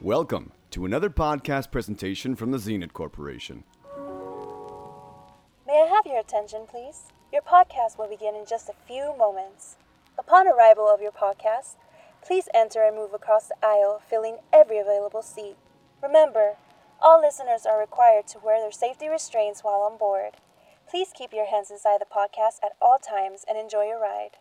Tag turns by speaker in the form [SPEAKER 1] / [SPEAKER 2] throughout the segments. [SPEAKER 1] Welcome to another podcast presentation from the Zenit Corporation.
[SPEAKER 2] May I have your attention, please? Your podcast will begin in just a few moments. Upon arrival of your podcast, please enter and move across the aisle, filling every available seat. Remember, all listeners are required to wear their safety restraints while on board. Please keep your hands inside the podcast at all times and enjoy your ride.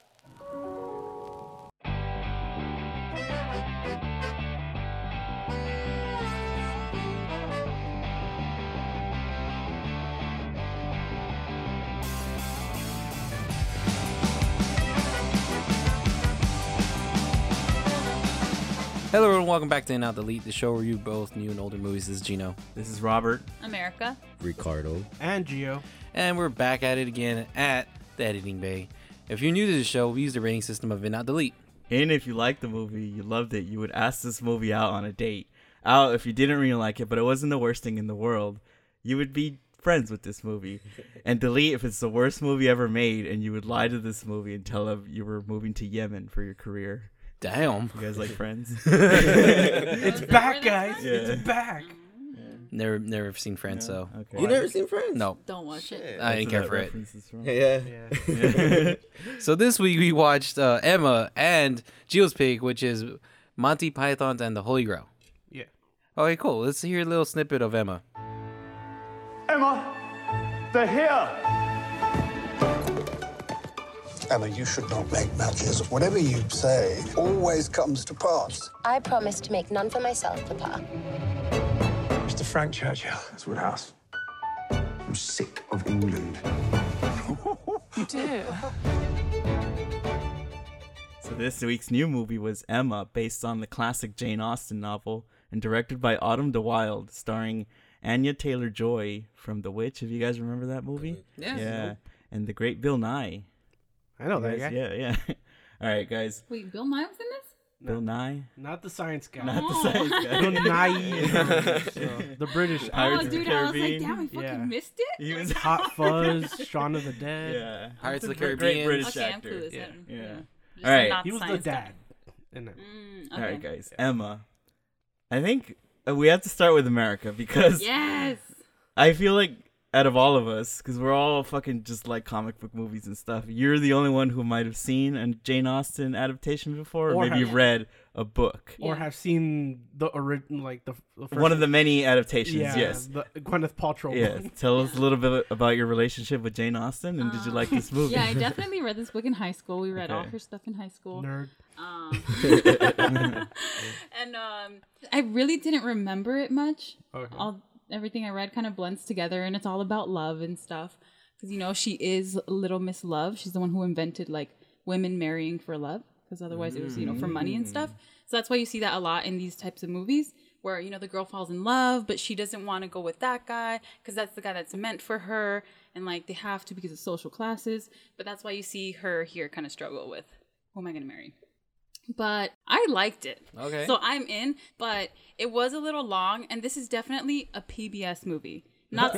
[SPEAKER 3] Hello everyone, welcome back to In Out Delete, the show where you both new and older movies. This is Gino,
[SPEAKER 4] This is Robert.
[SPEAKER 5] America.
[SPEAKER 6] Ricardo.
[SPEAKER 4] And Geo.
[SPEAKER 3] and we're back at it again at the editing bay. If you're new to the show, we use the rating system of In Out Delete.
[SPEAKER 4] And if you liked the movie, you loved it, you would ask this movie out on a date. Out if you didn't really like it, but it wasn't the worst thing in the world, you would be friends with this movie. and delete if it's the worst movie ever made, and you would lie to this movie and tell them you were moving to Yemen for your career.
[SPEAKER 3] Damn,
[SPEAKER 4] You guys like friends?
[SPEAKER 5] It's back, guys.
[SPEAKER 4] yeah.
[SPEAKER 3] never never seen Friends, so
[SPEAKER 4] Okay.
[SPEAKER 6] You never seen Friends?
[SPEAKER 3] no,
[SPEAKER 5] Don't watch it.
[SPEAKER 3] I didn't care
[SPEAKER 4] That
[SPEAKER 3] for it.
[SPEAKER 4] reference is wrong.
[SPEAKER 6] Yeah.
[SPEAKER 3] So this week we watched uh, Emma and Geo's pick, which is Monty Python's and the Holy Grail.
[SPEAKER 7] Yeah.
[SPEAKER 3] Okay, cool. Let's hear a little snippet of Emma.
[SPEAKER 8] Emma, they're here.
[SPEAKER 9] Emma, you should not make matches. Whatever you say always comes to pass.
[SPEAKER 10] I promise to make none for myself, Papa.
[SPEAKER 9] Mr. Frank Churchill. That's Woodhouse. I'm sick of England.
[SPEAKER 4] So this week's new movie was Emma, based on the classic Jane Austen novel and directed by Autumn de Wilde, starring Anya Taylor Joy from The Witch. If you guys remember that movie,
[SPEAKER 3] Yeah.
[SPEAKER 4] yeah, and the great Bill Nye.
[SPEAKER 7] I know
[SPEAKER 4] You
[SPEAKER 7] that
[SPEAKER 4] guys-
[SPEAKER 7] guy.
[SPEAKER 4] Yeah, yeah. All right, guys.
[SPEAKER 5] Wait, Bill Nye was in this?
[SPEAKER 4] Bill Nye,
[SPEAKER 7] Not the science guy.
[SPEAKER 4] not the science guy.
[SPEAKER 7] Bill Nye. So, the British
[SPEAKER 4] Pirates of
[SPEAKER 5] oh,
[SPEAKER 7] actor.
[SPEAKER 4] the
[SPEAKER 5] dude, I was like,
[SPEAKER 4] Caribbean.
[SPEAKER 5] damn, we fucking
[SPEAKER 7] Yeah.
[SPEAKER 5] missed it.
[SPEAKER 4] He was
[SPEAKER 7] Hot Fuzz, Shaun of the Dead.
[SPEAKER 4] Yeah,
[SPEAKER 3] Pirates of the
[SPEAKER 4] Great-
[SPEAKER 3] Caribbean.
[SPEAKER 4] Great British
[SPEAKER 5] Okay, I'm
[SPEAKER 4] actor.
[SPEAKER 5] clueless.
[SPEAKER 7] Yeah.
[SPEAKER 5] I don't-
[SPEAKER 4] Yeah.
[SPEAKER 5] yeah. Just
[SPEAKER 4] All right.
[SPEAKER 5] not
[SPEAKER 7] He was the
[SPEAKER 5] science guy.
[SPEAKER 7] dad. In it.
[SPEAKER 5] Mm,
[SPEAKER 4] All
[SPEAKER 5] okay.
[SPEAKER 4] right, guys. Emma, I think uh, we have to start with America because
[SPEAKER 5] Yes.
[SPEAKER 4] I feel like out of all of us, because we're all fucking just like comic book movies and stuff, you're the only one who might have seen a Jane Austen adaptation before, or,
[SPEAKER 7] Or
[SPEAKER 4] maybe
[SPEAKER 7] have-
[SPEAKER 4] you've read a book.
[SPEAKER 7] Or
[SPEAKER 5] Yeah.
[SPEAKER 7] have seen the original, like the, the first
[SPEAKER 4] One of the many adaptations, yes.
[SPEAKER 7] The Gwyneth Paltrow
[SPEAKER 4] Yes.
[SPEAKER 7] one.
[SPEAKER 4] Tell us a little bit about your relationship with Jane Austen, and did you like this movie?
[SPEAKER 5] Uh, Yeah, I definitely read this book in high school. We read all
[SPEAKER 4] Okay.
[SPEAKER 5] her stuff in high school.
[SPEAKER 7] Nerd.
[SPEAKER 5] Um, and um, I really didn't remember it much.
[SPEAKER 7] Okay.
[SPEAKER 5] All everything I read kind of blends together, and it's all about love and stuff. Because you know she is Little Miss Love. She's the one who invented like women marrying for love. Because otherwise it was you know for money and stuff. So that's why you see that a lot in these types of movies where you know the girl falls in love, but she doesn't want to go with that guy because that's the guy that's meant for her. And like they have to because of social classes. But that's why you see her here kind of struggle with who am I gonna marry but I liked it.
[SPEAKER 3] Okay.
[SPEAKER 5] So I'm in, but it was a little long, and this is definitely a PBS movie, not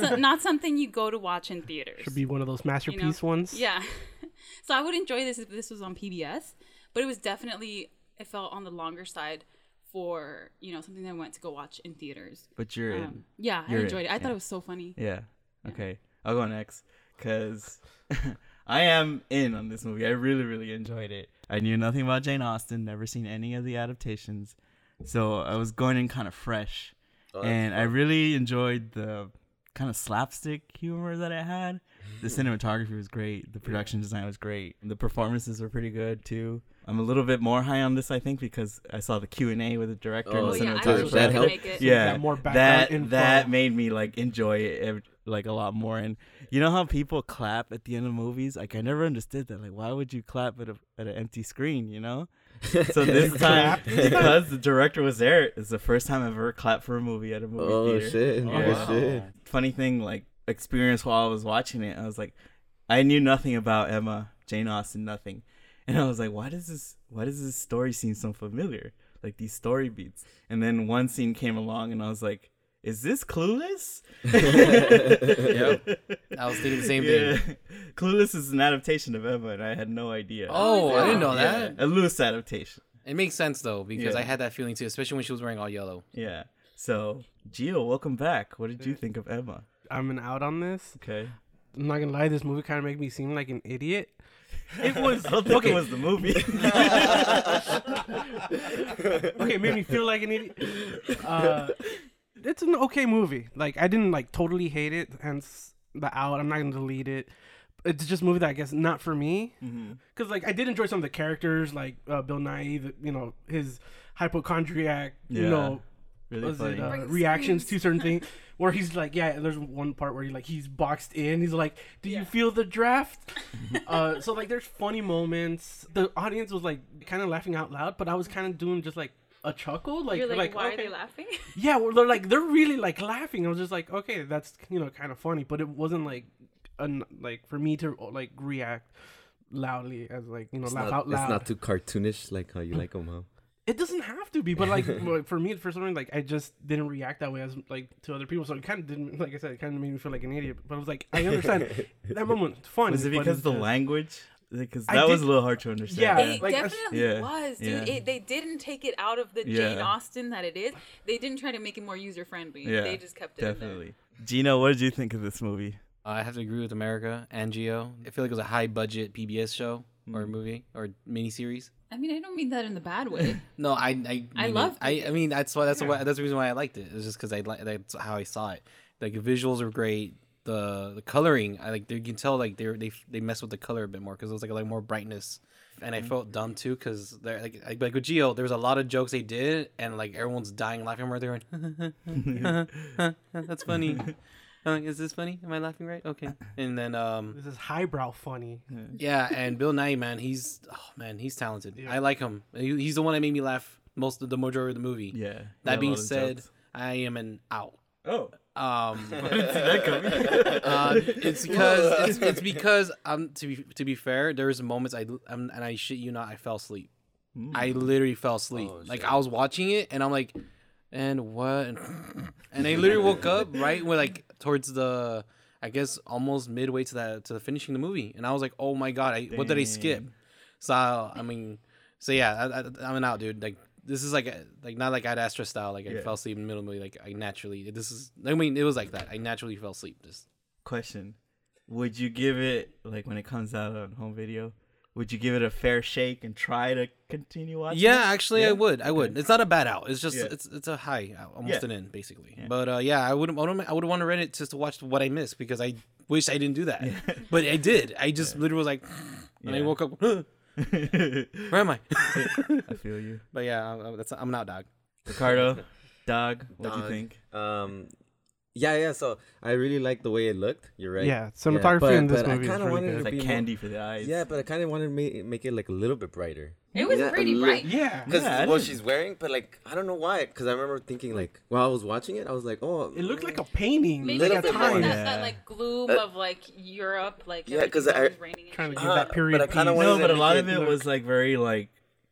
[SPEAKER 5] so, not something you go to watch in theaters.
[SPEAKER 7] Should be one of those
[SPEAKER 5] you
[SPEAKER 7] masterpiece
[SPEAKER 5] know?
[SPEAKER 7] ones.
[SPEAKER 5] Yeah. so I would enjoy this if this was on PBS, but it was definitely it felt on the longer side for you know something that I went to go watch in theaters.
[SPEAKER 4] but you're in.
[SPEAKER 5] Um, yeah,
[SPEAKER 4] You're
[SPEAKER 5] I
[SPEAKER 4] in,
[SPEAKER 5] enjoyed it. I thought
[SPEAKER 4] yeah.
[SPEAKER 5] it was so funny.
[SPEAKER 4] Yeah. Okay. I'll go next because I am in on this movie. I really, really enjoyed it. I knew nothing about Jane Austen, never seen any of the adaptations. So I was going in kind of fresh. and I really enjoyed the kind of slapstick humor that it had. The cinematography was great. The production design was great. The performances were pretty good too. I'm a little bit more high on this, I think, because I saw the Q and A with the director.
[SPEAKER 6] Oh,
[SPEAKER 4] and
[SPEAKER 5] Oh,
[SPEAKER 4] the
[SPEAKER 5] yeah, I
[SPEAKER 4] cinematographer.
[SPEAKER 5] was
[SPEAKER 6] That
[SPEAKER 5] trying to
[SPEAKER 6] helped?
[SPEAKER 5] make it.
[SPEAKER 4] Yeah,
[SPEAKER 7] got more
[SPEAKER 4] that
[SPEAKER 7] background info.
[SPEAKER 4] that made me like enjoy it ev- like a lot more. And you know how people clap at the end of movies? Like I never understood that. Like why would you clap at a at an empty screen? You know? So this time, because the director was there, it's the first time I've ever clapped for a movie at a movie
[SPEAKER 6] Oh
[SPEAKER 4] theater
[SPEAKER 6] shit. Oh
[SPEAKER 4] Yeah.
[SPEAKER 6] shit.
[SPEAKER 4] funny thing like experience while I was watching it. I was like, I knew nothing about Emma Jane Austen, nothing, and I was like, why does this why does this story seem so familiar? Like these story beats. And then one scene came along, and I was like, is this Clueless?
[SPEAKER 3] Yep. I was thinking the same thing.
[SPEAKER 4] Clueless is an adaptation of Emma, and I had no idea.
[SPEAKER 3] Oh, I didn't know that.
[SPEAKER 4] a loose adaptation.
[SPEAKER 3] It makes sense though because
[SPEAKER 4] Yeah.
[SPEAKER 3] I had that feeling too, especially when she was wearing all yellow.
[SPEAKER 4] Yeah. So, Gio, welcome back. What did you think of Emma?
[SPEAKER 7] I'm an out on this.
[SPEAKER 4] Okay.
[SPEAKER 7] I'm not gonna lie, this movie kind of made me seem like an idiot. It was
[SPEAKER 4] I don't think
[SPEAKER 7] okay.
[SPEAKER 4] it was the movie.
[SPEAKER 7] okay, it made me feel like an idiot. Uh, it's an okay movie. Like I didn't like totally hate it. Hence the out. I'm not gonna delete it. It's just a movie that I guess not for me. Because like I did enjoy some of the characters, like uh, Bill Nye. The, you know his hypochondriac.
[SPEAKER 4] Yeah.
[SPEAKER 7] You know
[SPEAKER 4] really
[SPEAKER 7] was it
[SPEAKER 4] funny.
[SPEAKER 7] uh, reactions to certain things where he's like yeah there's one part where he like he's boxed in he's like do you feel the draft uh so like there's funny moments the audience was like kind of laughing out loud but i was kind of doing just like a chuckle like
[SPEAKER 5] You're like, why are
[SPEAKER 7] okay.
[SPEAKER 5] they laughing?
[SPEAKER 7] yeah well, they're like they're really like laughing i was just like okay that's you know kind of funny but it wasn't like an like for me to like react loudly as like you know
[SPEAKER 10] It's
[SPEAKER 7] laugh
[SPEAKER 10] not,
[SPEAKER 7] out loud
[SPEAKER 10] it's not too cartoonish like how you like them, huh?
[SPEAKER 7] it doesn't have to be, but like well, for me, for some reason, like I just didn't react that way as like to other people, so it kind of didn't. Like I said, it kind of made me feel like an idiot. But I was like, I understand that moment. It's fun.
[SPEAKER 4] Was it
[SPEAKER 7] but
[SPEAKER 4] because
[SPEAKER 7] it's
[SPEAKER 4] the
[SPEAKER 7] just-
[SPEAKER 4] language? Because
[SPEAKER 7] I
[SPEAKER 4] that was a
[SPEAKER 7] did-
[SPEAKER 4] little hard to understand.
[SPEAKER 7] Yeah,
[SPEAKER 5] It
[SPEAKER 7] like-
[SPEAKER 5] definitely
[SPEAKER 4] uh, Yeah.
[SPEAKER 5] was, dude.
[SPEAKER 4] Yeah.
[SPEAKER 5] It, they didn't take it out of the Jane
[SPEAKER 4] Yeah.
[SPEAKER 5] Austen that it is. They didn't try to make it more user friendly.
[SPEAKER 4] Yeah,
[SPEAKER 5] they just kept it in there.
[SPEAKER 4] definitely. Gino, what did you think of this movie?
[SPEAKER 3] Uh, I have to agree with America and Geo. I feel like it was a high budget PBS show or movie or miniseries.
[SPEAKER 11] I mean, I don't mean that in a bad way.
[SPEAKER 3] No, I I mean
[SPEAKER 11] I
[SPEAKER 3] it.
[SPEAKER 11] loved
[SPEAKER 3] I I mean that's why that's why that's the reason why I liked it. It's just because I like that's how I saw it. Like the visuals are great. The the coloring, I like. You can tell like they are they they mess with the color a bit more because it was like a like more brightness. And I felt dumb too because they're like like, like with Geo, there was a lot of jokes they did and like everyone's dying laughing right there. Going, that's funny. I'm like, is this funny? Am I laughing right? Okay. And then um
[SPEAKER 7] this is highbrow funny.
[SPEAKER 3] yeah, and Bill Nye, man, he's oh man, he's talented. I like him. He, he's the one that made me laugh most of the majority of the movie.
[SPEAKER 4] Yeah, he had a
[SPEAKER 3] That being
[SPEAKER 4] lot of
[SPEAKER 3] said,
[SPEAKER 4] jokes.
[SPEAKER 3] I am an out.
[SPEAKER 4] Oh.
[SPEAKER 3] Um,
[SPEAKER 4] that coming.
[SPEAKER 3] uh, it's because it's, it's because um to be to be fair, there was moments I um, and I shit you not, I fell asleep. I literally fell asleep. like I was watching it and I'm like, and what? And, and I literally woke up right when like towards the I guess almost midway to that to the finishing the movie, and I was like, oh my god, I, what did I skip? So I mean, so yeah, I, I, I'm an out, dude. Like this is like a- like not like I'd Astra style. Like I
[SPEAKER 4] Yeah.
[SPEAKER 3] fell asleep in the middle of the movie. Like I naturally this is. I mean, it was like that. I naturally fell asleep. Just
[SPEAKER 4] Question: Would you give it like when it comes out on home video? Would you give it a fair shake and try to continue watching?
[SPEAKER 3] yeah,
[SPEAKER 4] it?
[SPEAKER 3] actually, I
[SPEAKER 4] Yeah?
[SPEAKER 3] would. I would. It's not a bad out. It's just
[SPEAKER 4] Yeah.
[SPEAKER 3] it's it's a high out, almost
[SPEAKER 4] Yeah.
[SPEAKER 3] an in basically. But uh, yeah, I would I would I would want to rent it just to watch what I missed because I wish I didn't do that, but I did. I just literally was like, and I
[SPEAKER 4] Yeah.
[SPEAKER 3] woke up. Where am I?
[SPEAKER 4] I feel you,
[SPEAKER 3] but yeah, I- I- that's I'm an out dog.
[SPEAKER 4] Ricardo. Dog, what do you
[SPEAKER 10] Dog.
[SPEAKER 4] think?
[SPEAKER 10] Um, yeah, yeah. So I really like the way it looked. You're right.
[SPEAKER 7] Yeah, cinematography
[SPEAKER 10] but-
[SPEAKER 7] in this
[SPEAKER 10] but I
[SPEAKER 7] movie is
[SPEAKER 10] kinda
[SPEAKER 7] really
[SPEAKER 10] wanted
[SPEAKER 7] good.
[SPEAKER 10] it to
[SPEAKER 4] It's like
[SPEAKER 10] be more-
[SPEAKER 4] candy for the eyes.
[SPEAKER 10] Yeah, but I kind of wanted to make, make it like a little bit brighter.
[SPEAKER 5] It was
[SPEAKER 10] Yeah,
[SPEAKER 5] pretty
[SPEAKER 10] a li-
[SPEAKER 5] bright.
[SPEAKER 7] Yeah,
[SPEAKER 10] Because
[SPEAKER 4] Yeah, I
[SPEAKER 10] what
[SPEAKER 4] didn't-
[SPEAKER 10] she's wearing, but like I don't know why. Because I remember thinking like while I was watching it, I was like, oh,
[SPEAKER 7] it looked like a painting.
[SPEAKER 5] Maybe
[SPEAKER 10] Little
[SPEAKER 5] it's
[SPEAKER 10] bit
[SPEAKER 5] because
[SPEAKER 10] more.
[SPEAKER 5] that,
[SPEAKER 4] Yeah.
[SPEAKER 5] that like gloom of like Europe, like
[SPEAKER 10] Yeah, 'cause
[SPEAKER 5] everything's
[SPEAKER 10] I- Uh,
[SPEAKER 5] always raining and
[SPEAKER 7] Trying to
[SPEAKER 5] shit.
[SPEAKER 7] give that
[SPEAKER 10] but
[SPEAKER 7] period
[SPEAKER 10] I kinda
[SPEAKER 7] piece.
[SPEAKER 10] wanted
[SPEAKER 4] No,
[SPEAKER 10] it
[SPEAKER 4] but a
[SPEAKER 10] to
[SPEAKER 4] lot
[SPEAKER 10] be-
[SPEAKER 4] of it was like very like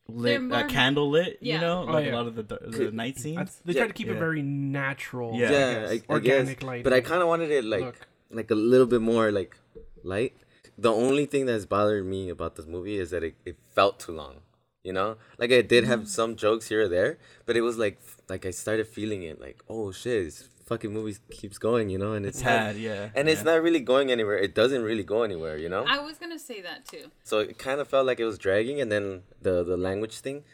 [SPEAKER 5] They're
[SPEAKER 4] lit,
[SPEAKER 5] more-
[SPEAKER 4] uh, candle lit.
[SPEAKER 5] Yeah.
[SPEAKER 4] You know,
[SPEAKER 7] Oh,
[SPEAKER 4] like a
[SPEAKER 7] yeah.
[SPEAKER 4] lot of the dar- the night scenes.
[SPEAKER 7] they
[SPEAKER 10] Yeah.
[SPEAKER 7] tried to keep it
[SPEAKER 4] Yeah.
[SPEAKER 7] very natural.
[SPEAKER 4] Yeah.
[SPEAKER 10] yeah, I, I
[SPEAKER 7] Organic
[SPEAKER 10] guess.
[SPEAKER 7] light.
[SPEAKER 10] But I kind of wanted it like
[SPEAKER 7] Look.
[SPEAKER 10] like a little bit more like light. The only thing that's bothered me about this movie is that it, it felt too long. You know, like I did have
[SPEAKER 7] Mm-hmm.
[SPEAKER 10] some jokes here or there, but it was like like I started feeling it like oh shit, this fucking movie keeps going. You know, and it's not-
[SPEAKER 4] Tad, yeah,
[SPEAKER 10] and it's
[SPEAKER 4] yeah.
[SPEAKER 10] not really going anywhere. It doesn't really go anywhere. You know.
[SPEAKER 5] I was gonna say that too.
[SPEAKER 10] So it kind of felt like it was dragging, and then the the language thing.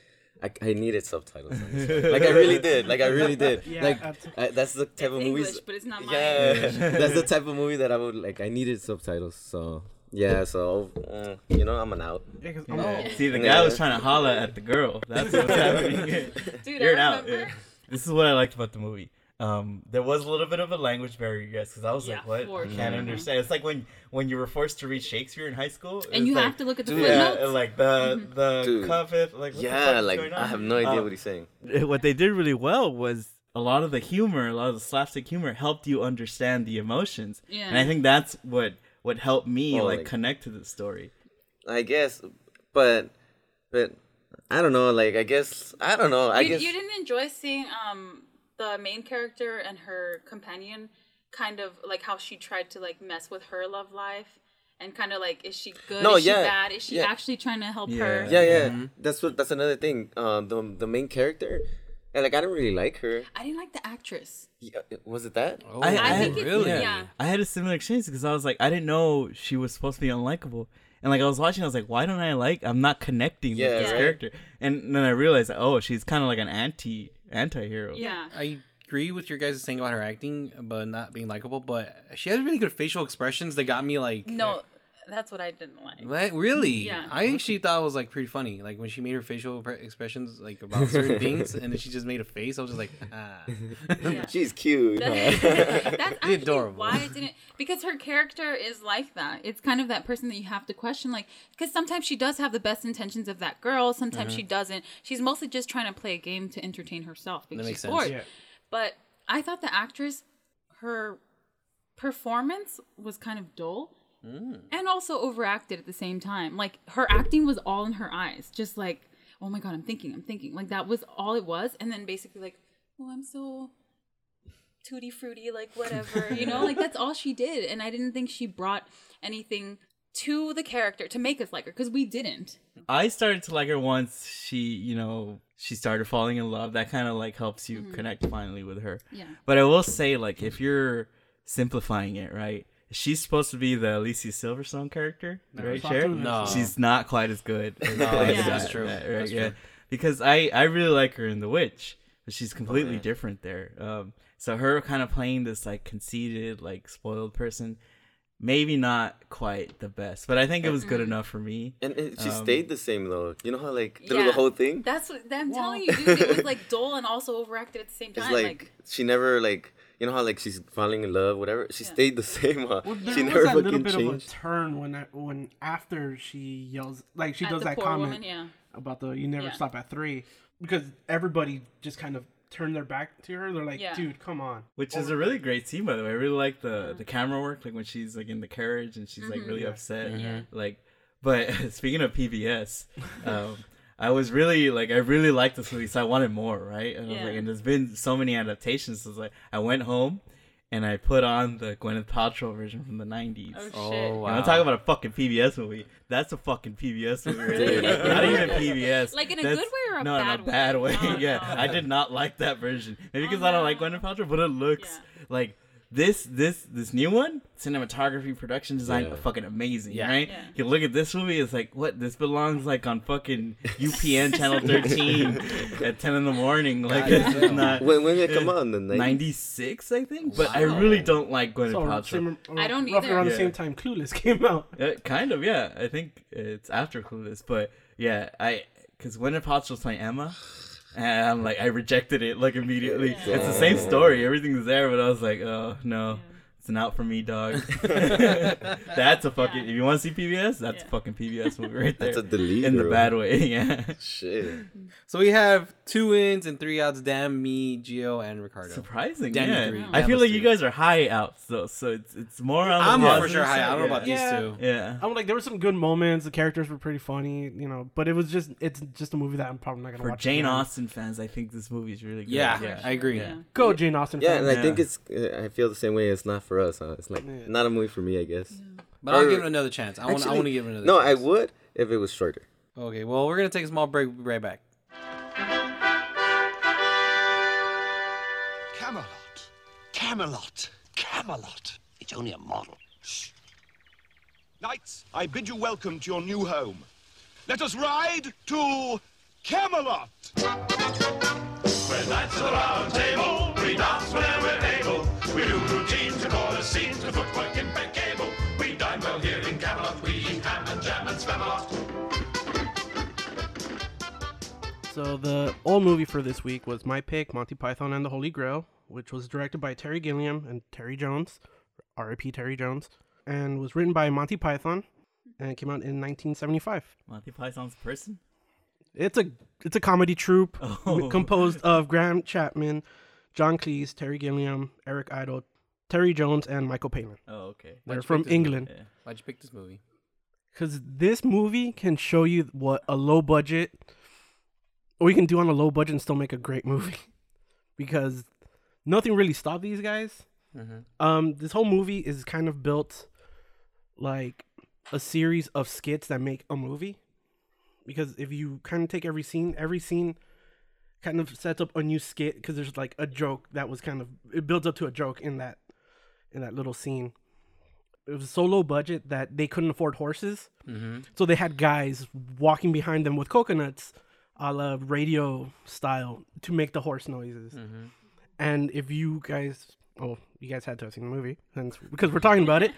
[SPEAKER 10] I, I needed subtitles. on this one. like I really did. Like I really did.
[SPEAKER 7] Yeah,
[SPEAKER 10] like
[SPEAKER 7] that's-
[SPEAKER 10] I, that's the type of
[SPEAKER 5] It's
[SPEAKER 10] movies.
[SPEAKER 5] English, but it's not my
[SPEAKER 10] yeah, that's the type of movie that I would like. I needed subtitles. So yeah. So mm, you know, I'm an out.
[SPEAKER 7] Yeah, 'cause I'm
[SPEAKER 4] Yeah.
[SPEAKER 5] Oh.
[SPEAKER 7] all-
[SPEAKER 4] See, the
[SPEAKER 10] Yeah.
[SPEAKER 4] guy was trying to holla at the girl. That's what's happening.
[SPEAKER 5] Dude,
[SPEAKER 4] You're
[SPEAKER 5] I
[SPEAKER 4] an out.
[SPEAKER 5] remember.
[SPEAKER 4] Yeah. This is what I liked about the movie. Um, there was a little bit of a language barrier, yes, because I was
[SPEAKER 5] Yeah,
[SPEAKER 4] like, "What?
[SPEAKER 5] for
[SPEAKER 4] I
[SPEAKER 5] sure.
[SPEAKER 4] can't understand." It's like when when you were forced to read Shakespeare in high school, it
[SPEAKER 5] And
[SPEAKER 4] was
[SPEAKER 5] you
[SPEAKER 4] like,
[SPEAKER 5] have to look Mm-hmm. at the
[SPEAKER 4] yeah,
[SPEAKER 5] footnotes.
[SPEAKER 4] like the the
[SPEAKER 10] Dude.
[SPEAKER 4] covet, like what the fuck
[SPEAKER 10] Yeah,
[SPEAKER 4] is
[SPEAKER 10] like
[SPEAKER 4] going
[SPEAKER 10] I
[SPEAKER 4] on?
[SPEAKER 10] have no idea
[SPEAKER 4] Um,
[SPEAKER 10] what he's saying.
[SPEAKER 4] what they did really well was a lot of the humor, a lot of the slapstick humor helped you understand the emotions.
[SPEAKER 5] Yeah.
[SPEAKER 4] And I think that's what what helped me
[SPEAKER 10] Oh,
[SPEAKER 4] like,
[SPEAKER 10] like-
[SPEAKER 4] connect to the story.
[SPEAKER 10] I guess, but but I don't know. Like I guess I don't know. I
[SPEAKER 5] you,
[SPEAKER 10] guess
[SPEAKER 5] you didn't enjoy seeing um the main character and her companion kind of like how she tried to like mess with her love life and kind of like, is she good?
[SPEAKER 10] No,
[SPEAKER 5] is
[SPEAKER 10] yeah,
[SPEAKER 5] she bad? Is she
[SPEAKER 10] yeah.
[SPEAKER 5] actually trying to help her?
[SPEAKER 10] Yeah, yeah. That's what. That's another thing. Um, the the main character, and like I didn't really like her.
[SPEAKER 5] I didn't like the actress.
[SPEAKER 10] Yeah, was it that?
[SPEAKER 3] Oh,
[SPEAKER 4] I, I, had,
[SPEAKER 5] really? yeah.
[SPEAKER 4] I had a similar experience because I was like, I didn't know she was supposed to be unlikable. And like I was watching, I was like, why don't I like? I'm not connecting
[SPEAKER 10] Yeah,
[SPEAKER 4] with this
[SPEAKER 10] right.
[SPEAKER 4] character. And then I realized, oh, she's kind of like an anti anti-hero.
[SPEAKER 5] Yeah.
[SPEAKER 3] I agree with your guys saying about her acting, but not being likable. But she has really good facial expressions that got me like,
[SPEAKER 5] No, that's what I didn't like.
[SPEAKER 3] what? really?
[SPEAKER 5] Yeah.
[SPEAKER 3] I actually thought it was like pretty funny. Like when she made her facial pre- expressions like about certain things, and then she just made a face. I was just like, ah,
[SPEAKER 10] She's cute.
[SPEAKER 5] That-
[SPEAKER 10] huh?
[SPEAKER 5] that's actually
[SPEAKER 3] Adorable.
[SPEAKER 5] why I didn't because her character is like that. It's kind of that person that you have to question, like because sometimes she does have the best intentions of that girl, sometimes
[SPEAKER 3] Mm-hmm.
[SPEAKER 5] she doesn't. She's mostly just trying to play a game to entertain herself because
[SPEAKER 3] makes
[SPEAKER 5] she's
[SPEAKER 3] sense.
[SPEAKER 5] bored.
[SPEAKER 7] Yeah.
[SPEAKER 5] But I thought the actress, her performance was kind of dull.
[SPEAKER 10] Mm.
[SPEAKER 5] And also overacted at the same time. Like her acting was all in her eyes, just like, oh my god, I'm thinking, I'm thinking. Like that was all it was. And then basically like, oh, I'm so tutti frutti, like whatever, you know, like that's all she did. And I didn't think she brought anything to the character to make us like her because we didn't.
[SPEAKER 4] I started to like her once she, you know, she started falling in love. That kind of like helps you connect finally with her.
[SPEAKER 5] Yeah.
[SPEAKER 4] But I will say, like, if you're simplifying it, right? She's supposed to be the Alicia Silverstone character, right?
[SPEAKER 7] fucking
[SPEAKER 4] Cher?
[SPEAKER 7] No.
[SPEAKER 4] she's not quite as good. as
[SPEAKER 3] that's-
[SPEAKER 4] that-
[SPEAKER 3] that's true.
[SPEAKER 4] that,
[SPEAKER 3] That's
[SPEAKER 4] yeah.
[SPEAKER 3] true. Oh,
[SPEAKER 4] Because I I really like her in The Witch, but she's completely different there. Um, so her kind of playing this like conceited, like spoiled person, maybe not quite the best, but I think it was good enough for me.
[SPEAKER 10] and it, she
[SPEAKER 4] Um,
[SPEAKER 10] stayed the same though. You know how like through
[SPEAKER 5] Yeah.
[SPEAKER 10] the whole thing,
[SPEAKER 5] That's what I'm telling you, dude. It was like dull and also overacted at the same
[SPEAKER 10] it's
[SPEAKER 5] time.
[SPEAKER 10] like,
[SPEAKER 5] Like,
[SPEAKER 10] she never like you know how like she's falling in love, whatever. She stayed the same. Huh?
[SPEAKER 7] Well, there
[SPEAKER 10] she
[SPEAKER 7] was
[SPEAKER 10] never
[SPEAKER 7] that little
[SPEAKER 10] fucking
[SPEAKER 7] bit
[SPEAKER 10] changed.
[SPEAKER 7] of a turn when I, when after she yells like she
[SPEAKER 5] At
[SPEAKER 7] does
[SPEAKER 5] the
[SPEAKER 7] that
[SPEAKER 5] poor
[SPEAKER 7] comment
[SPEAKER 5] woman, yeah.
[SPEAKER 7] about the you never
[SPEAKER 5] Yeah.
[SPEAKER 7] stop at three because everybody just kind of turned their back to her. They're like,
[SPEAKER 5] Yeah.
[SPEAKER 7] dude, come on.
[SPEAKER 4] Which is a really great scene, by the way. I really like the the camera work, like when she's like in the carriage and she's
[SPEAKER 5] Mm-hmm.
[SPEAKER 4] like really upset. Like, but speaking of PBS, um, I was really like I really liked this movie, so I wanted more, right? And I was
[SPEAKER 5] Yeah.
[SPEAKER 4] like, and there's been so many adaptations. So it's like I went home and I put on the Gwyneth Paltrow version from the '90s.
[SPEAKER 5] oh shit.
[SPEAKER 4] And I'm talking about a fucking PBS movie. That's a fucking PBS movie, right there. not even PBS.
[SPEAKER 5] Like in a
[SPEAKER 4] That's-
[SPEAKER 5] good way or a
[SPEAKER 4] no,
[SPEAKER 5] bad
[SPEAKER 4] in a
[SPEAKER 5] way?
[SPEAKER 4] bad way.
[SPEAKER 5] Oh,
[SPEAKER 4] yeah,
[SPEAKER 5] no. Oh,
[SPEAKER 4] I did not like that version. Maybe because I don't like Gwyneth Paltrow, but it looks like this this this new one. Cinematography, production design,
[SPEAKER 10] Yeah.
[SPEAKER 4] fucking amazing,
[SPEAKER 3] Yeah.
[SPEAKER 4] right?
[SPEAKER 5] Yeah.
[SPEAKER 4] You look at this movie, it's like what this belongs like on fucking UPN channel 13 at 10 in the morning. Like it's just not.
[SPEAKER 10] When when did it come out in the nineties?
[SPEAKER 4] 96, I think, but I really don't like Gwyneth
[SPEAKER 7] So
[SPEAKER 4] Paltrow.
[SPEAKER 7] same,
[SPEAKER 5] I don't
[SPEAKER 7] roughly
[SPEAKER 5] either.
[SPEAKER 7] around the
[SPEAKER 4] Yeah.
[SPEAKER 7] same time Clueless came out.
[SPEAKER 4] Uh, kind of, yeah. I think it's after Clueless, but yeah, I because when Potts was playing Emma, and I'm like, I rejected it like immediately. It's the same story, everything's there, but I was like, oh no, it's not for me, dog. that's a fucking. If you want to see PBS, that's a fucking PBS movie right there.
[SPEAKER 10] That's a delete,
[SPEAKER 4] in the
[SPEAKER 10] bro.
[SPEAKER 4] bad way, yeah.
[SPEAKER 10] Shit.
[SPEAKER 3] So we have two wins and three outs. Damn me, Gio and Ricardo.
[SPEAKER 4] Surprising,
[SPEAKER 3] Damn,
[SPEAKER 4] yeah.
[SPEAKER 3] three.
[SPEAKER 4] I
[SPEAKER 3] Damn,
[SPEAKER 4] feel
[SPEAKER 3] that's
[SPEAKER 4] like
[SPEAKER 3] three.
[SPEAKER 4] you guys are high outs though, so it's it's more on.
[SPEAKER 3] I'm
[SPEAKER 4] the
[SPEAKER 3] for
[SPEAKER 4] positive
[SPEAKER 3] sure high.
[SPEAKER 4] side,
[SPEAKER 3] I don't know
[SPEAKER 4] yeah.
[SPEAKER 3] about these
[SPEAKER 7] Yeah.
[SPEAKER 3] two.
[SPEAKER 4] Yeah.
[SPEAKER 7] I'm like, there were some good moments. The characters were pretty funny, you know. But it was just, it's just a movie that I'm probably not gonna
[SPEAKER 4] For
[SPEAKER 7] watch.
[SPEAKER 4] Jane
[SPEAKER 7] again.
[SPEAKER 4] Austen fans, I think this movie is really good.
[SPEAKER 3] Yeah, I agree.
[SPEAKER 7] go Jane Austen.
[SPEAKER 10] Yeah,
[SPEAKER 7] fan.
[SPEAKER 10] and I think
[SPEAKER 4] Yeah.
[SPEAKER 10] it's. uh, I feel the same way. It's not for us. Huh? It's like not a movie for me, I guess.
[SPEAKER 3] But I'll
[SPEAKER 10] Or-
[SPEAKER 3] give it another chance. I want. I
[SPEAKER 10] Actually,
[SPEAKER 3] want to give it another.
[SPEAKER 10] No,
[SPEAKER 3] chance.
[SPEAKER 10] I would if it was shorter.
[SPEAKER 3] Okay, well, we're gonna take a small break. We'll be right back.
[SPEAKER 12] Camelot. Camelot. Camelot. It's only a model. Shh.
[SPEAKER 9] Knights, I bid you welcome to your new home. Let us ride to Camelot. We're knights of the round table, we dance where we're able. We do routines and order scenes, the footwork impeccable. We dine well here in Camelot, we eat ham and jam and spam a lot.
[SPEAKER 7] So the old movie for this week was my pick, Monty Python and the Holy Grail, which was directed by Terry Gilliam and Terry Jones, R.I.P. Terry Jones, and was written by Monty Python, and it came out in 1975.
[SPEAKER 4] Monty Python's person?
[SPEAKER 7] It's a it's a comedy troupe m-
[SPEAKER 4] Oh.
[SPEAKER 7] composed of Graham Chapman, John Cleese, Terry Gilliam, Eric Idle, Terry Jones, and Michael Palin.
[SPEAKER 4] Oh, okay.
[SPEAKER 7] They're
[SPEAKER 3] you
[SPEAKER 7] from
[SPEAKER 3] pick this
[SPEAKER 7] England.
[SPEAKER 4] Yeah.
[SPEAKER 3] Why'd you pick this movie?
[SPEAKER 7] Because this movie can show you what a low budget, or you can do on a low budget and still make a great movie. because nothing really stopped these guys. Um, this whole movie is kind of built like a series of skits that make a movie. Because if you kind of take every scene, every scene kind of sets up a new skit because there's like a joke that was kind of it builds up to a joke in that in that little scene. It was so low budget that they couldn't afford horses,
[SPEAKER 4] Mm-hmm.
[SPEAKER 3] Mhm.
[SPEAKER 7] so they had guys walking behind them with coconuts, a la radio style, to make the horse noises.
[SPEAKER 4] Mm-hmm.
[SPEAKER 7] And if you guys, oh, you guys had to have seen the movie, since because we're talking about it.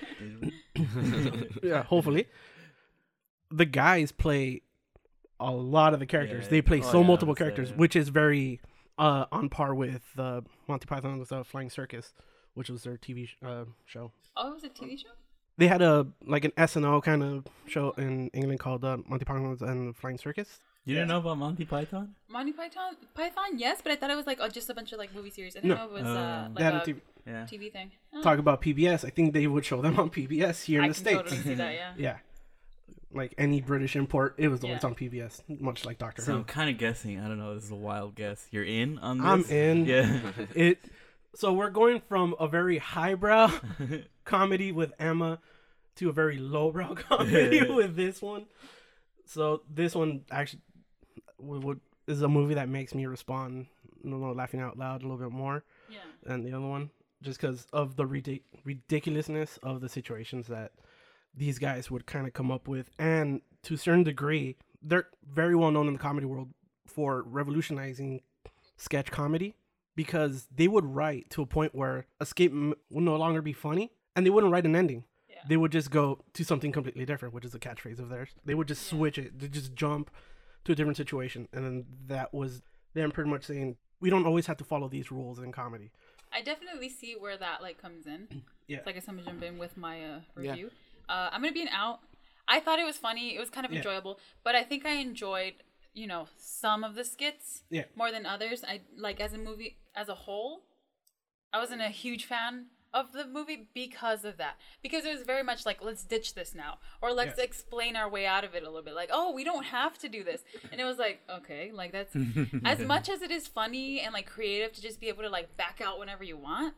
[SPEAKER 7] yeah, hopefully. The guys play a lot of the characters.
[SPEAKER 4] Yeah,
[SPEAKER 7] they play
[SPEAKER 4] oh
[SPEAKER 7] so
[SPEAKER 4] yeah,
[SPEAKER 7] multiple
[SPEAKER 4] that's it.
[SPEAKER 7] characters, which is very uh, on par with uh, Monty Python's uh, Flying Circus, which was their TV sh- uh, show.
[SPEAKER 5] Oh, it was a TV show.
[SPEAKER 7] They had a like an SNL kind of show in England called uh, Monty Python's and the Flying Circus.
[SPEAKER 4] You didn't know about Monty Python?
[SPEAKER 5] Monty Python, Python, yes, but I thought it was like oh, just a bunch of like movie series. I
[SPEAKER 7] No.
[SPEAKER 5] didn't know it was uh,
[SPEAKER 4] Oh.
[SPEAKER 5] like
[SPEAKER 7] They had
[SPEAKER 5] a
[SPEAKER 7] a TV
[SPEAKER 4] Yeah.
[SPEAKER 5] TV thing. Oh.
[SPEAKER 7] Talk about PBS. I think they would show them on PBS here in
[SPEAKER 5] I
[SPEAKER 7] the
[SPEAKER 5] can
[SPEAKER 7] states.
[SPEAKER 5] totally see that. Yeah.
[SPEAKER 7] Yeah. Like any British import, it was
[SPEAKER 5] Yeah.
[SPEAKER 7] always on PBS, much like Doctor
[SPEAKER 4] So
[SPEAKER 7] Who.
[SPEAKER 4] I'm kind of guessing. I don't know. This is a wild guess. You're in on this?
[SPEAKER 7] I'm in.
[SPEAKER 4] Yeah.
[SPEAKER 7] It. So we're going from a very highbrow comedy with Emma to a very lowbrow comedy with this one. So this one actually would, would, is a movie that makes me respond, you know, laughing out loud a little bit more
[SPEAKER 5] Yeah.
[SPEAKER 7] than the other one, just because of the ridic- ridiculousness of the situations that these guys would kind of come up with, and to a certain degree, they're very well known in the comedy world for revolutionizing sketch comedy because they would write to a point where a skit m- would no longer be funny, and they wouldn't write an ending. They would just go to something completely different, which is a catchphrase of theirs. They would just switch it. They just jump to a different situation, and then that was them pretty much saying we don't always have to follow these rules in comedy.
[SPEAKER 5] I definitely see where that like comes in.
[SPEAKER 7] Yeah.
[SPEAKER 5] So I guess I'm gonna jump in with my uh,
[SPEAKER 3] Yeah.
[SPEAKER 5] review. Uh, I'm gonna be an out. I thought it was funny. It was kind of
[SPEAKER 7] Yeah.
[SPEAKER 5] enjoyable, but I think I enjoyed you know some of the skits
[SPEAKER 7] Yeah.
[SPEAKER 5] more than others. I like as a movie as a whole. I wasn't a huge fan of the movie because of that. Because it was very much like let's ditch this now or let's
[SPEAKER 7] Yeah.
[SPEAKER 5] explain our way out of it a little bit. Like, "Oh, we don't have to do this." And it was like, "Okay, like that's as much as it is funny and like creative to just be able to like back out whenever you want."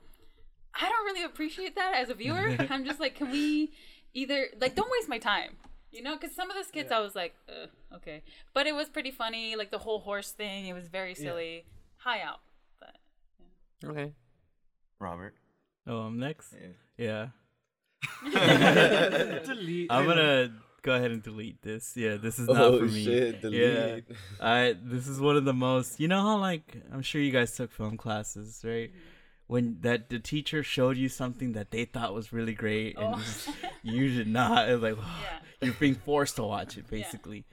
[SPEAKER 5] I don't really appreciate that as a viewer. I'm just like, "Can we either like don't waste my time?" You know, because some of the skits I was like, Ugh, okay, but it was pretty funny. Like the whole horse thing, it was very silly. High out, but
[SPEAKER 3] Okay.
[SPEAKER 10] Robert.
[SPEAKER 4] Oh, I'm next. Yeah.
[SPEAKER 7] Delete.
[SPEAKER 4] I'm gonna go ahead and delete this. Yeah, this is not
[SPEAKER 10] Oh,
[SPEAKER 4] for me.
[SPEAKER 10] shit, delete.
[SPEAKER 4] Yeah, I. This is one of the most. You know how like I'm sure you guys took film classes, right? When that the teacher showed you something that they thought was really great and
[SPEAKER 5] Oh.
[SPEAKER 4] just- you did not. It's like
[SPEAKER 5] Yeah.
[SPEAKER 4] you're being forced to watch it basically,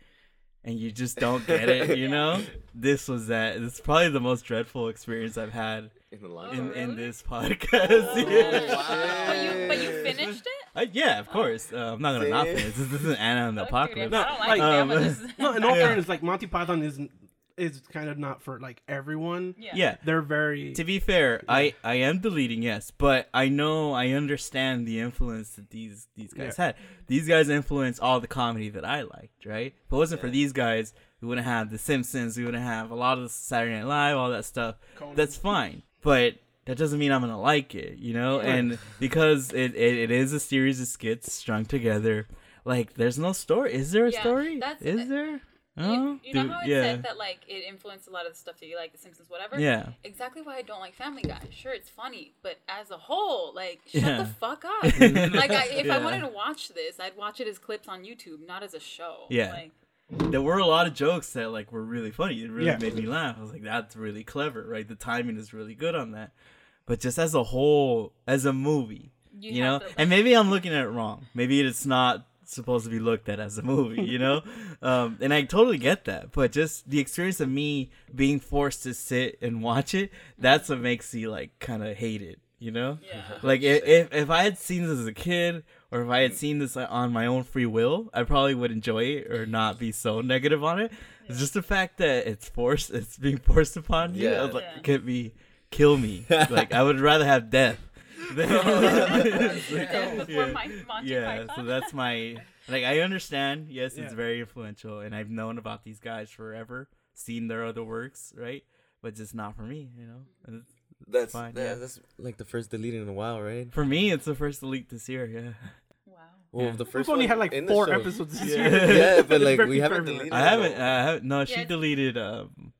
[SPEAKER 4] and you just don't get it. You know, this was that. It's probably the most dreadful experience I've had
[SPEAKER 10] In the long
[SPEAKER 4] in
[SPEAKER 10] time.
[SPEAKER 4] in this podcast. Yeah.
[SPEAKER 5] Oh. but you but you finished it.
[SPEAKER 4] Uh, yeah, of course. Uh, I'm not gonna knock
[SPEAKER 10] See?
[SPEAKER 4] this. This isn't Anna and the Apocalypse.
[SPEAKER 5] I don't like,
[SPEAKER 7] like,
[SPEAKER 5] them,
[SPEAKER 4] um,
[SPEAKER 5] but this is-
[SPEAKER 7] No, in all fairness, like Monty Python is is kind of not for like everyone.
[SPEAKER 5] yeah.
[SPEAKER 4] yeah.
[SPEAKER 7] They're very
[SPEAKER 4] To be fair, I I am deleting yes, but I know I understand the influence that these these guys had. These guys influenced all the comedy that I liked, right? If it wasn't for these guys, we wouldn't have The Simpsons. We wouldn't have a lot of Saturday Night Live, all that stuff. That's fine, but that doesn't mean I'm gonna like it, you know. And because it, it it is a series of skits strung together. Like, there's no story. Is there a
[SPEAKER 5] Yeah,
[SPEAKER 4] story?
[SPEAKER 5] that's-
[SPEAKER 4] Is there?
[SPEAKER 5] You,
[SPEAKER 4] No?
[SPEAKER 5] you know
[SPEAKER 4] Dude,
[SPEAKER 5] how I
[SPEAKER 4] yeah.
[SPEAKER 5] said that like it influenced a lot of the stuff that you like, The Simpsons, whatever.
[SPEAKER 4] Yeah.
[SPEAKER 5] Exactly why I don't like Family Guy. Sure, it's funny, but as a whole, like shut
[SPEAKER 4] Yeah.
[SPEAKER 5] the fuck up. like I, if I
[SPEAKER 4] Yeah.
[SPEAKER 5] wanted to watch this, I'd watch it as clips on YouTube, not as a show.
[SPEAKER 4] Yeah.
[SPEAKER 5] Like,
[SPEAKER 4] there were a lot of jokes that like were really funny. It really
[SPEAKER 7] Yeah.
[SPEAKER 4] made me laugh. I was like, that's really clever, right? The timing is really good on that. But just as a whole, as a movie,
[SPEAKER 5] You
[SPEAKER 4] you,
[SPEAKER 5] have
[SPEAKER 4] know,
[SPEAKER 5] to, like-
[SPEAKER 4] and maybe I'm looking at it wrong. Maybe it's not supposed to be looked at as a movie, you know. um, and I totally get that. But just the experience of me being forced to sit and watch it, that's what makes you like kind of hate it, you know.
[SPEAKER 5] Yeah.
[SPEAKER 4] Like i- if if I had seen this as a kid, or if I had seen this uh, on my own free will, I probably would enjoy it or not be so negative on it. It's just the fact that it's forced, it's being forced upon you. I was
[SPEAKER 10] Yeah.
[SPEAKER 4] like, get me, kill me. like I would rather have death. than-
[SPEAKER 5] yeah, before my Monty
[SPEAKER 4] oh, yeah,
[SPEAKER 5] Python.
[SPEAKER 4] so that's my like. I understand. Yes, it's
[SPEAKER 7] Yeah.
[SPEAKER 4] very influential, and I've known about these guys forever, seen their other works, right? But just not for me, you know. And it's-
[SPEAKER 10] That's
[SPEAKER 4] fine,
[SPEAKER 10] yeah,
[SPEAKER 4] yeah.
[SPEAKER 10] that's like the first deleting in a while, right?
[SPEAKER 4] For me, it's the first elite this year. Yeah.
[SPEAKER 5] wow.
[SPEAKER 10] Well, the 1st
[SPEAKER 7] We've only
[SPEAKER 10] one
[SPEAKER 7] had like
[SPEAKER 10] in the
[SPEAKER 7] four
[SPEAKER 10] show.
[SPEAKER 7] episodes this
[SPEAKER 10] Yeah.
[SPEAKER 7] year.
[SPEAKER 10] Yeah, but,
[SPEAKER 7] It's
[SPEAKER 10] like,
[SPEAKER 7] working
[SPEAKER 10] we
[SPEAKER 7] for
[SPEAKER 10] haven't
[SPEAKER 7] everyone.
[SPEAKER 10] deleted
[SPEAKER 4] I haven't. uh, I haven't. No, she
[SPEAKER 5] Yeah.
[SPEAKER 4] deleted um,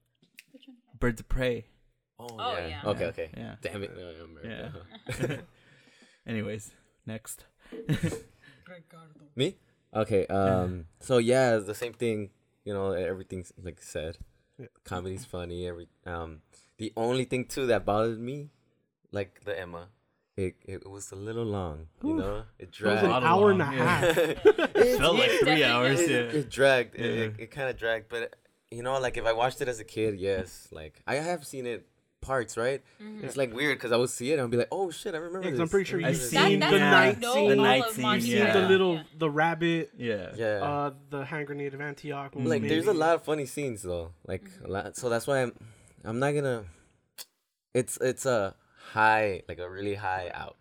[SPEAKER 4] Birds of Prey.
[SPEAKER 10] Oh,
[SPEAKER 5] Oh,
[SPEAKER 10] yeah.
[SPEAKER 5] yeah.
[SPEAKER 10] Okay, okay.
[SPEAKER 4] Yeah.
[SPEAKER 10] Damn it, no, Uh-huh. no, America.
[SPEAKER 4] Anyways, next.
[SPEAKER 10] Me? Okay. Um. So yeah, it's the same thing. You know, everything's like said. Comedy's funny. Every um. The only thing too that bothered me, like the Emma, it it was a little long. You know, it dragged.
[SPEAKER 7] an hour and a half.
[SPEAKER 10] It
[SPEAKER 4] Felt like three
[SPEAKER 5] Definitely
[SPEAKER 4] hours.
[SPEAKER 10] it,
[SPEAKER 4] Yeah.
[SPEAKER 10] it dragged. It, it, it kind of dragged, but you know, like if I watched it as a kid, yes, like I have seen it parts, right? It's like weird because I would see it and I'd be like, oh shit, I remember.
[SPEAKER 7] 'cause
[SPEAKER 10] this.
[SPEAKER 7] I'm pretty sure
[SPEAKER 10] I
[SPEAKER 7] you've
[SPEAKER 10] remember
[SPEAKER 4] I've
[SPEAKER 10] this.
[SPEAKER 5] That-
[SPEAKER 4] seen
[SPEAKER 5] that's
[SPEAKER 4] the
[SPEAKER 5] how I
[SPEAKER 4] night
[SPEAKER 5] know
[SPEAKER 4] scene. The
[SPEAKER 5] all
[SPEAKER 4] night
[SPEAKER 5] of
[SPEAKER 4] scene.
[SPEAKER 5] Monty
[SPEAKER 7] Seen
[SPEAKER 4] Yeah.
[SPEAKER 7] the little
[SPEAKER 5] Yeah.
[SPEAKER 7] the rabbit,
[SPEAKER 4] yeah.
[SPEAKER 10] Yeah.
[SPEAKER 7] uh, the hand grenade of Antioch.
[SPEAKER 10] like
[SPEAKER 7] maybe.
[SPEAKER 10] there's a lot of funny scenes though like a lot so that's why i'm i'm not gonna it's it's a high like a really high out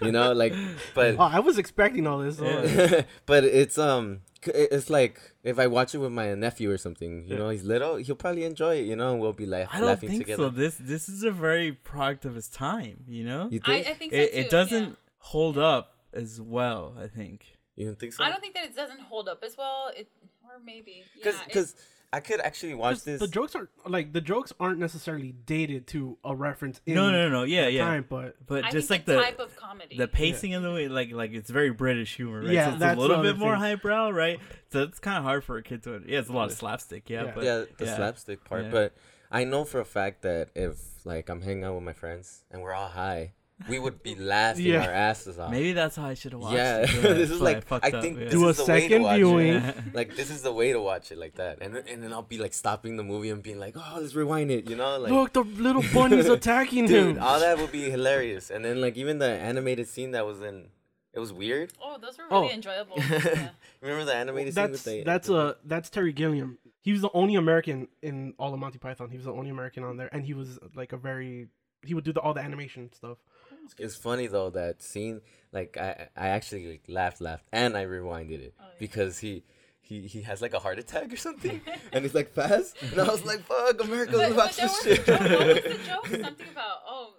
[SPEAKER 10] you know like but
[SPEAKER 7] Oh, I was expecting all this. though.
[SPEAKER 10] but it's um c- it- it's like if i watch it with my nephew or something you know he's little he'll probably enjoy it you know and we'll be like
[SPEAKER 4] I don't
[SPEAKER 10] laughing
[SPEAKER 4] think
[SPEAKER 10] together
[SPEAKER 4] so. This this is a very product of his time. You know,
[SPEAKER 10] you
[SPEAKER 5] I,
[SPEAKER 10] think
[SPEAKER 5] I think so
[SPEAKER 4] it,
[SPEAKER 5] too,
[SPEAKER 4] it doesn't
[SPEAKER 5] yeah.
[SPEAKER 4] hold up as well. I think.
[SPEAKER 10] you don't think so
[SPEAKER 5] I don't think that it doesn't hold up as well. It or maybe
[SPEAKER 10] because
[SPEAKER 5] yeah, it-
[SPEAKER 10] i could actually watch
[SPEAKER 7] 'Cause
[SPEAKER 10] this
[SPEAKER 7] The jokes aren't like the jokes aren't necessarily dated to a reference. In
[SPEAKER 4] No, no, no, no. Yeah,
[SPEAKER 7] the
[SPEAKER 4] yeah.
[SPEAKER 7] Time, but
[SPEAKER 4] But
[SPEAKER 5] I
[SPEAKER 4] just
[SPEAKER 5] think
[SPEAKER 4] like the
[SPEAKER 5] type of comedy.
[SPEAKER 4] the pacing and the way, like like it's very British humor, right?
[SPEAKER 7] Yeah,
[SPEAKER 4] so it's
[SPEAKER 7] that's
[SPEAKER 4] a little
[SPEAKER 7] another
[SPEAKER 4] bit more
[SPEAKER 7] thing.
[SPEAKER 4] highbrow, right? So it's kind of hard for a kid to. Yeah, it's a lot of slapstick. Yeah,
[SPEAKER 7] Yeah.
[SPEAKER 4] but
[SPEAKER 10] yeah, the slapstick part.
[SPEAKER 4] Yeah.
[SPEAKER 10] But I know for a fact that if like I'm hanging out with my friends and we're all high, we would be laughing
[SPEAKER 7] Yeah.
[SPEAKER 10] our asses off.
[SPEAKER 4] Maybe that's how I should have watched.
[SPEAKER 10] uh, yeah,
[SPEAKER 4] it.
[SPEAKER 10] this
[SPEAKER 4] that's
[SPEAKER 10] is
[SPEAKER 4] why
[SPEAKER 10] like
[SPEAKER 4] fucked
[SPEAKER 10] I
[SPEAKER 4] up,
[SPEAKER 10] think
[SPEAKER 4] yeah.
[SPEAKER 10] this
[SPEAKER 7] Do a
[SPEAKER 10] is the way to
[SPEAKER 7] second
[SPEAKER 10] watch
[SPEAKER 7] viewing.
[SPEAKER 10] It. like this is the way to watch it, like that. And and then I'll be like stopping the movie and being like, oh, let's rewind it, you know? Like,
[SPEAKER 7] look, the little bunny's attacking
[SPEAKER 10] dude,
[SPEAKER 7] him.
[SPEAKER 10] all that would be hilarious. And then like even the animated scene that was in, it was weird.
[SPEAKER 5] oh, those were
[SPEAKER 7] Oh.
[SPEAKER 5] really enjoyable. Yeah.
[SPEAKER 10] Remember the animated scene
[SPEAKER 7] that's
[SPEAKER 10] with the
[SPEAKER 7] that's uh that's Terry Gilliam. He was the only American in all of Monty Python. He was the only American on there, and he was like a very he would do the, all the animation stuff.
[SPEAKER 10] It's funny though that scene. Like I, I actually like, laughed, laughed, and I rewinded
[SPEAKER 5] Oh,
[SPEAKER 10] it because he, he, he has like a heart attack or something, and it's like fast, and I was like, "Fuck, America,
[SPEAKER 5] But, but
[SPEAKER 10] we watch
[SPEAKER 5] there
[SPEAKER 10] this
[SPEAKER 5] was a joke. What was
[SPEAKER 10] shit."
[SPEAKER 5] the joke? Something about oh,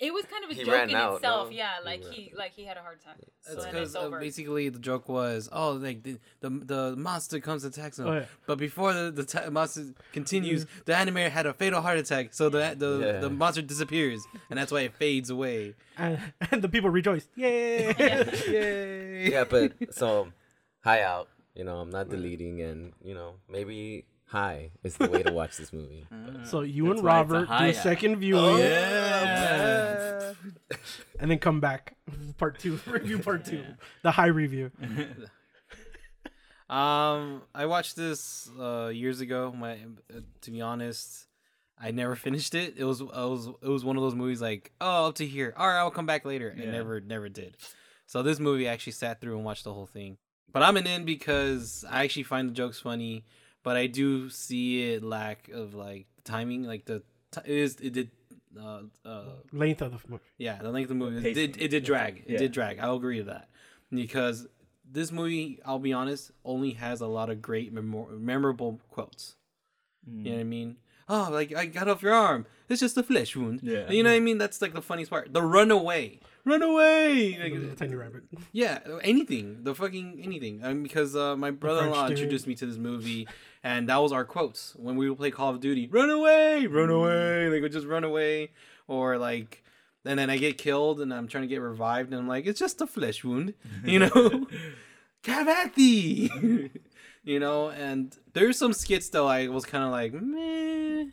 [SPEAKER 5] it was kind of a
[SPEAKER 10] He
[SPEAKER 5] joke
[SPEAKER 10] ran
[SPEAKER 5] in
[SPEAKER 10] out,
[SPEAKER 5] itself.
[SPEAKER 10] no?
[SPEAKER 5] Yeah,
[SPEAKER 10] He
[SPEAKER 5] like
[SPEAKER 10] ran
[SPEAKER 5] he like he had a heart attack. So
[SPEAKER 3] That's
[SPEAKER 5] then it's
[SPEAKER 3] because uh,
[SPEAKER 5] over.
[SPEAKER 3] basically the joke was, oh, like the the, the monster comes and attacks him.
[SPEAKER 7] Oh, yeah. Mm-hmm.
[SPEAKER 3] But before the, the ta- monster continues, the animator had a fatal heart attack, so the the,
[SPEAKER 10] Yeah.
[SPEAKER 3] the monster disappears, and that's why it fades away.
[SPEAKER 7] And, and the people rejoiced. Yay! Yay!
[SPEAKER 10] yeah, but so high out. You know, I'm not deleting, and you know, maybe high is the way to watch this movie.
[SPEAKER 7] So you and
[SPEAKER 4] That's why it's a
[SPEAKER 7] Robert do
[SPEAKER 4] high
[SPEAKER 7] a
[SPEAKER 4] act.
[SPEAKER 10] Oh,
[SPEAKER 7] second viewing
[SPEAKER 4] Yeah.
[SPEAKER 7] and then come back. Part two. Review part two. The high review.
[SPEAKER 3] Um, I watched this uh, years ago. My, uh, to be honest, I never finished it. It was, it was, it was one of those movies like, oh, up to here. All right, I'll come back later. I never, never did. So this movie, I actually sat through and watched the whole thing. But I'm an in because I actually find the jokes funny, but I do see it lack of like timing. Like the t- it is it did. Uh, uh,
[SPEAKER 7] Length of the movie.
[SPEAKER 3] yeah, the length of the movie it did it did drag. It did drag. I'll agree to that because this movie, I'll be honest, only has a lot of great memor- memorable quotes. You know what I mean? Oh, like I got off your arm. It's just a flesh wound.
[SPEAKER 4] Yeah.
[SPEAKER 3] you know what I mean. That's like the funniest part. The runaway, runaway.
[SPEAKER 7] The
[SPEAKER 3] Like,
[SPEAKER 7] Tiny rabbit.
[SPEAKER 3] yeah, anything. The fucking anything. I mean, because uh, my brother-in-law
[SPEAKER 7] dude.
[SPEAKER 3] introduced me to this movie, and that was our quotes when we would play Call of Duty. Run away, run away. Like we just run away, or like, and then I get killed, and I'm trying to get revived, and I'm like, it's just a flesh wound, you know. Cavati, you know. And there's some skits though. I was kind of like, meh.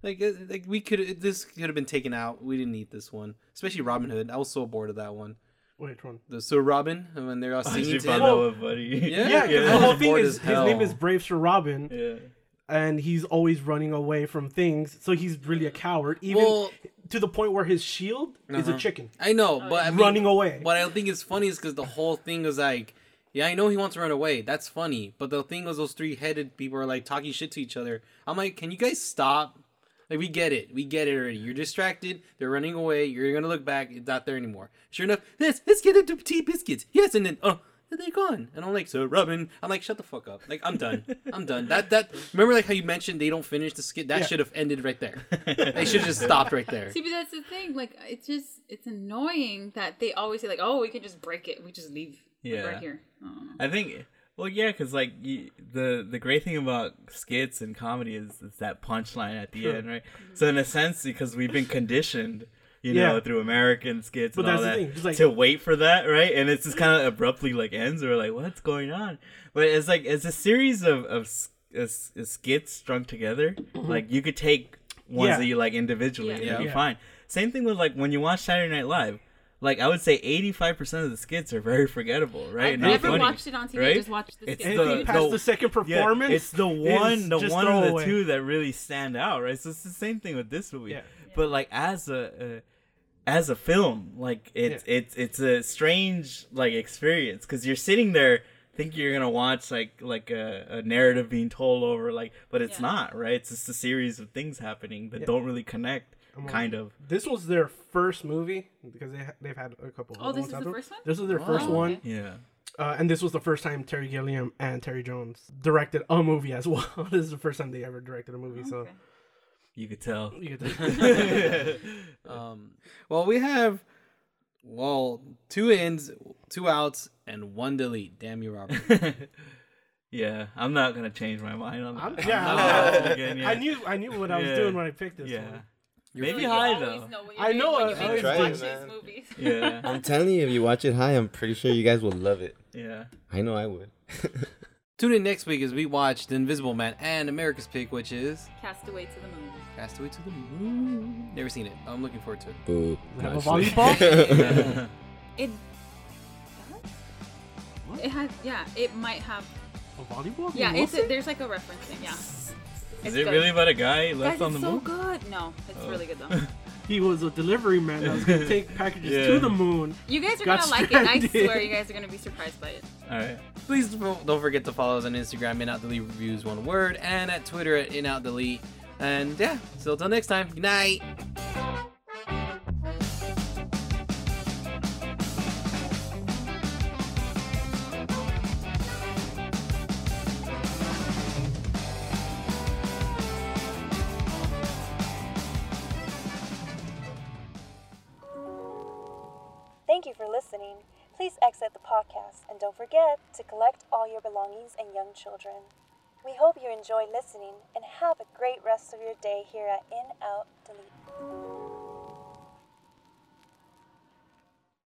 [SPEAKER 3] Like, uh, like we could this could have been taken out. We didn't need this one, especially Robin Hood. I was so bored of that one
[SPEAKER 7] Which one?
[SPEAKER 3] the Sir Robin when they're all singing
[SPEAKER 4] She
[SPEAKER 3] to him.
[SPEAKER 4] found that one funny.
[SPEAKER 3] Yeah,
[SPEAKER 7] Yeah, 'cause the whole thing
[SPEAKER 3] Bored
[SPEAKER 7] is
[SPEAKER 3] as
[SPEAKER 7] his name
[SPEAKER 3] hell.
[SPEAKER 7] is Brave Sir Robin,
[SPEAKER 4] Yeah.
[SPEAKER 7] and he's always running away from things. So he's really a coward, even
[SPEAKER 3] Well-
[SPEAKER 7] to the point where his shield is
[SPEAKER 4] Uh-huh.
[SPEAKER 7] a chicken.
[SPEAKER 3] I know, but I mean,
[SPEAKER 7] Running away.
[SPEAKER 3] What I think is funny is because the whole thing was like, yeah, I know he wants to run away. That's funny, but the thing was those three headed people are like talking shit to each other. I'm like, can you guys stop? Like we get it, we get it already. You're distracted. They're running away. You're gonna look back. It's not there anymore. Sure enough, this let's get into tea biscuits. Yes, and then oh, where they gone? And I'm like, so Robin, I'm like, shut the fuck up. Like, I'm done. I'm done. That that remember like how you mentioned they don't finish the skit. That
[SPEAKER 7] Yeah.
[SPEAKER 3] should have ended right there. They should have just stopped right there.
[SPEAKER 5] See, but that's the thing. Like, it's just it's annoying that they always say like, "Oh, we can just break it. We just leave. Yeah,
[SPEAKER 4] Yeah.
[SPEAKER 5] right here." Oh.
[SPEAKER 4] I think. Well, yeah, because like you, the the great thing about skits and comedy is, is that punchline at the end, right? So in a sense, because we've been conditioned, you
[SPEAKER 7] Yeah.
[SPEAKER 4] know, through American skits
[SPEAKER 7] But
[SPEAKER 4] and all
[SPEAKER 7] that's the
[SPEAKER 4] that,
[SPEAKER 7] thing, just like-
[SPEAKER 4] to wait for that, right? And it's just kind of abruptly like ends. Or like, what's going on? But it's like it's a series of of, s- of s- of skits strung together. Like you could take ones
[SPEAKER 7] Mm-hmm. Yeah.
[SPEAKER 4] that you like individually, and
[SPEAKER 5] Yeah.
[SPEAKER 4] it'd be
[SPEAKER 7] Yeah.
[SPEAKER 4] fine. Same thing with like when you watch Saturday Night Live. Like I would say, eighty-five percent of the skits are very forgettable, right?
[SPEAKER 5] I've
[SPEAKER 4] Not
[SPEAKER 5] never
[SPEAKER 4] funny,
[SPEAKER 5] watched it on TV. I just watched the
[SPEAKER 4] It's
[SPEAKER 5] skit.
[SPEAKER 7] Anything
[SPEAKER 4] the-
[SPEAKER 7] past
[SPEAKER 4] the-
[SPEAKER 7] the second
[SPEAKER 4] yeah,
[SPEAKER 7] performance,
[SPEAKER 4] it's the one, the
[SPEAKER 7] just
[SPEAKER 4] one of the
[SPEAKER 7] throwaway.
[SPEAKER 4] two that really stand out, right? So it's the same thing with this movie,
[SPEAKER 7] Yeah.
[SPEAKER 4] but like as a uh, as a film, like it's it's it's a strange like experience because you're sitting there thinking you're gonna watch like like a, a narrative being told over, like, but it's
[SPEAKER 5] Yeah.
[SPEAKER 4] not, right? It's just a series of things happening that don't really connect, kind of.
[SPEAKER 7] This was their first movie because they ha- they've had a couple.
[SPEAKER 5] Oh, this
[SPEAKER 7] ones
[SPEAKER 5] is the
[SPEAKER 7] after.
[SPEAKER 5] first one? Oh,
[SPEAKER 7] This was their first
[SPEAKER 5] okay.
[SPEAKER 7] one,
[SPEAKER 4] Yeah.
[SPEAKER 7] uh, and this was the first time Terry Gilliam and Terry Jones directed a movie as well. this is the first time they ever directed a movie, so
[SPEAKER 4] You could tell.
[SPEAKER 7] you get to-
[SPEAKER 3] Um, well, we have well two ins, two outs, and one delete. Damn you, Robert.
[SPEAKER 4] Yeah, I'm not gonna change my mind on that.
[SPEAKER 7] I'm-
[SPEAKER 4] I'm
[SPEAKER 7] yeah,
[SPEAKER 4] not
[SPEAKER 7] I'm-
[SPEAKER 4] watching it again
[SPEAKER 7] I
[SPEAKER 4] yet.
[SPEAKER 7] knew I knew what I was
[SPEAKER 4] Yeah.
[SPEAKER 7] doing when I picked this
[SPEAKER 4] Yeah.
[SPEAKER 7] one.
[SPEAKER 4] Maybe
[SPEAKER 5] You
[SPEAKER 4] high
[SPEAKER 5] always
[SPEAKER 4] though.
[SPEAKER 5] know what
[SPEAKER 7] I
[SPEAKER 5] you're
[SPEAKER 7] know,
[SPEAKER 5] doing
[SPEAKER 7] I
[SPEAKER 5] When you
[SPEAKER 7] always
[SPEAKER 5] make me watch
[SPEAKER 10] do.
[SPEAKER 5] these movies.
[SPEAKER 4] Yeah.
[SPEAKER 10] I'm telling you, if you watch it high, I'm pretty sure you guys will love it.
[SPEAKER 4] Yeah.
[SPEAKER 10] I know I would.
[SPEAKER 3] Tune in next week as we watch The Invisible Man and America's Pick, which is
[SPEAKER 5] Castaway to the moon.
[SPEAKER 3] Castaway to the Moon. Never seen it. I'm looking forward to it.
[SPEAKER 10] Boo.
[SPEAKER 7] Have a
[SPEAKER 10] Actually.
[SPEAKER 7] volleyball?
[SPEAKER 5] It. It has, yeah. It might have,
[SPEAKER 7] a volleyball?
[SPEAKER 5] yeah.
[SPEAKER 7] You
[SPEAKER 5] It's
[SPEAKER 7] want
[SPEAKER 5] a, there's like a reference thing, yeah.
[SPEAKER 4] Is
[SPEAKER 5] It's
[SPEAKER 4] it
[SPEAKER 5] good.
[SPEAKER 4] really about a guy
[SPEAKER 5] Guys,
[SPEAKER 4] left
[SPEAKER 5] it's
[SPEAKER 4] on the Oh.
[SPEAKER 5] so
[SPEAKER 4] moon?
[SPEAKER 5] good. No, it's really good though.
[SPEAKER 7] it? He was a delivery man that was gonna take packages
[SPEAKER 4] Yeah.
[SPEAKER 7] to the moon.
[SPEAKER 5] You guys are
[SPEAKER 7] Got
[SPEAKER 5] gonna like it. I
[SPEAKER 7] stranded.
[SPEAKER 5] swear, you guys are gonna be surprised by it.
[SPEAKER 4] All right.
[SPEAKER 3] Please don't don't forget to follow us on Instagram, in out delete reviews one word, and at Twitter at in out delete. And yeah, so till next time, good night.
[SPEAKER 2] Thank you for listening. Please exit the podcast and don't forget to collect all your belongings and young children. We hope you enjoy listening and have a great rest of your day here at In Out Delete.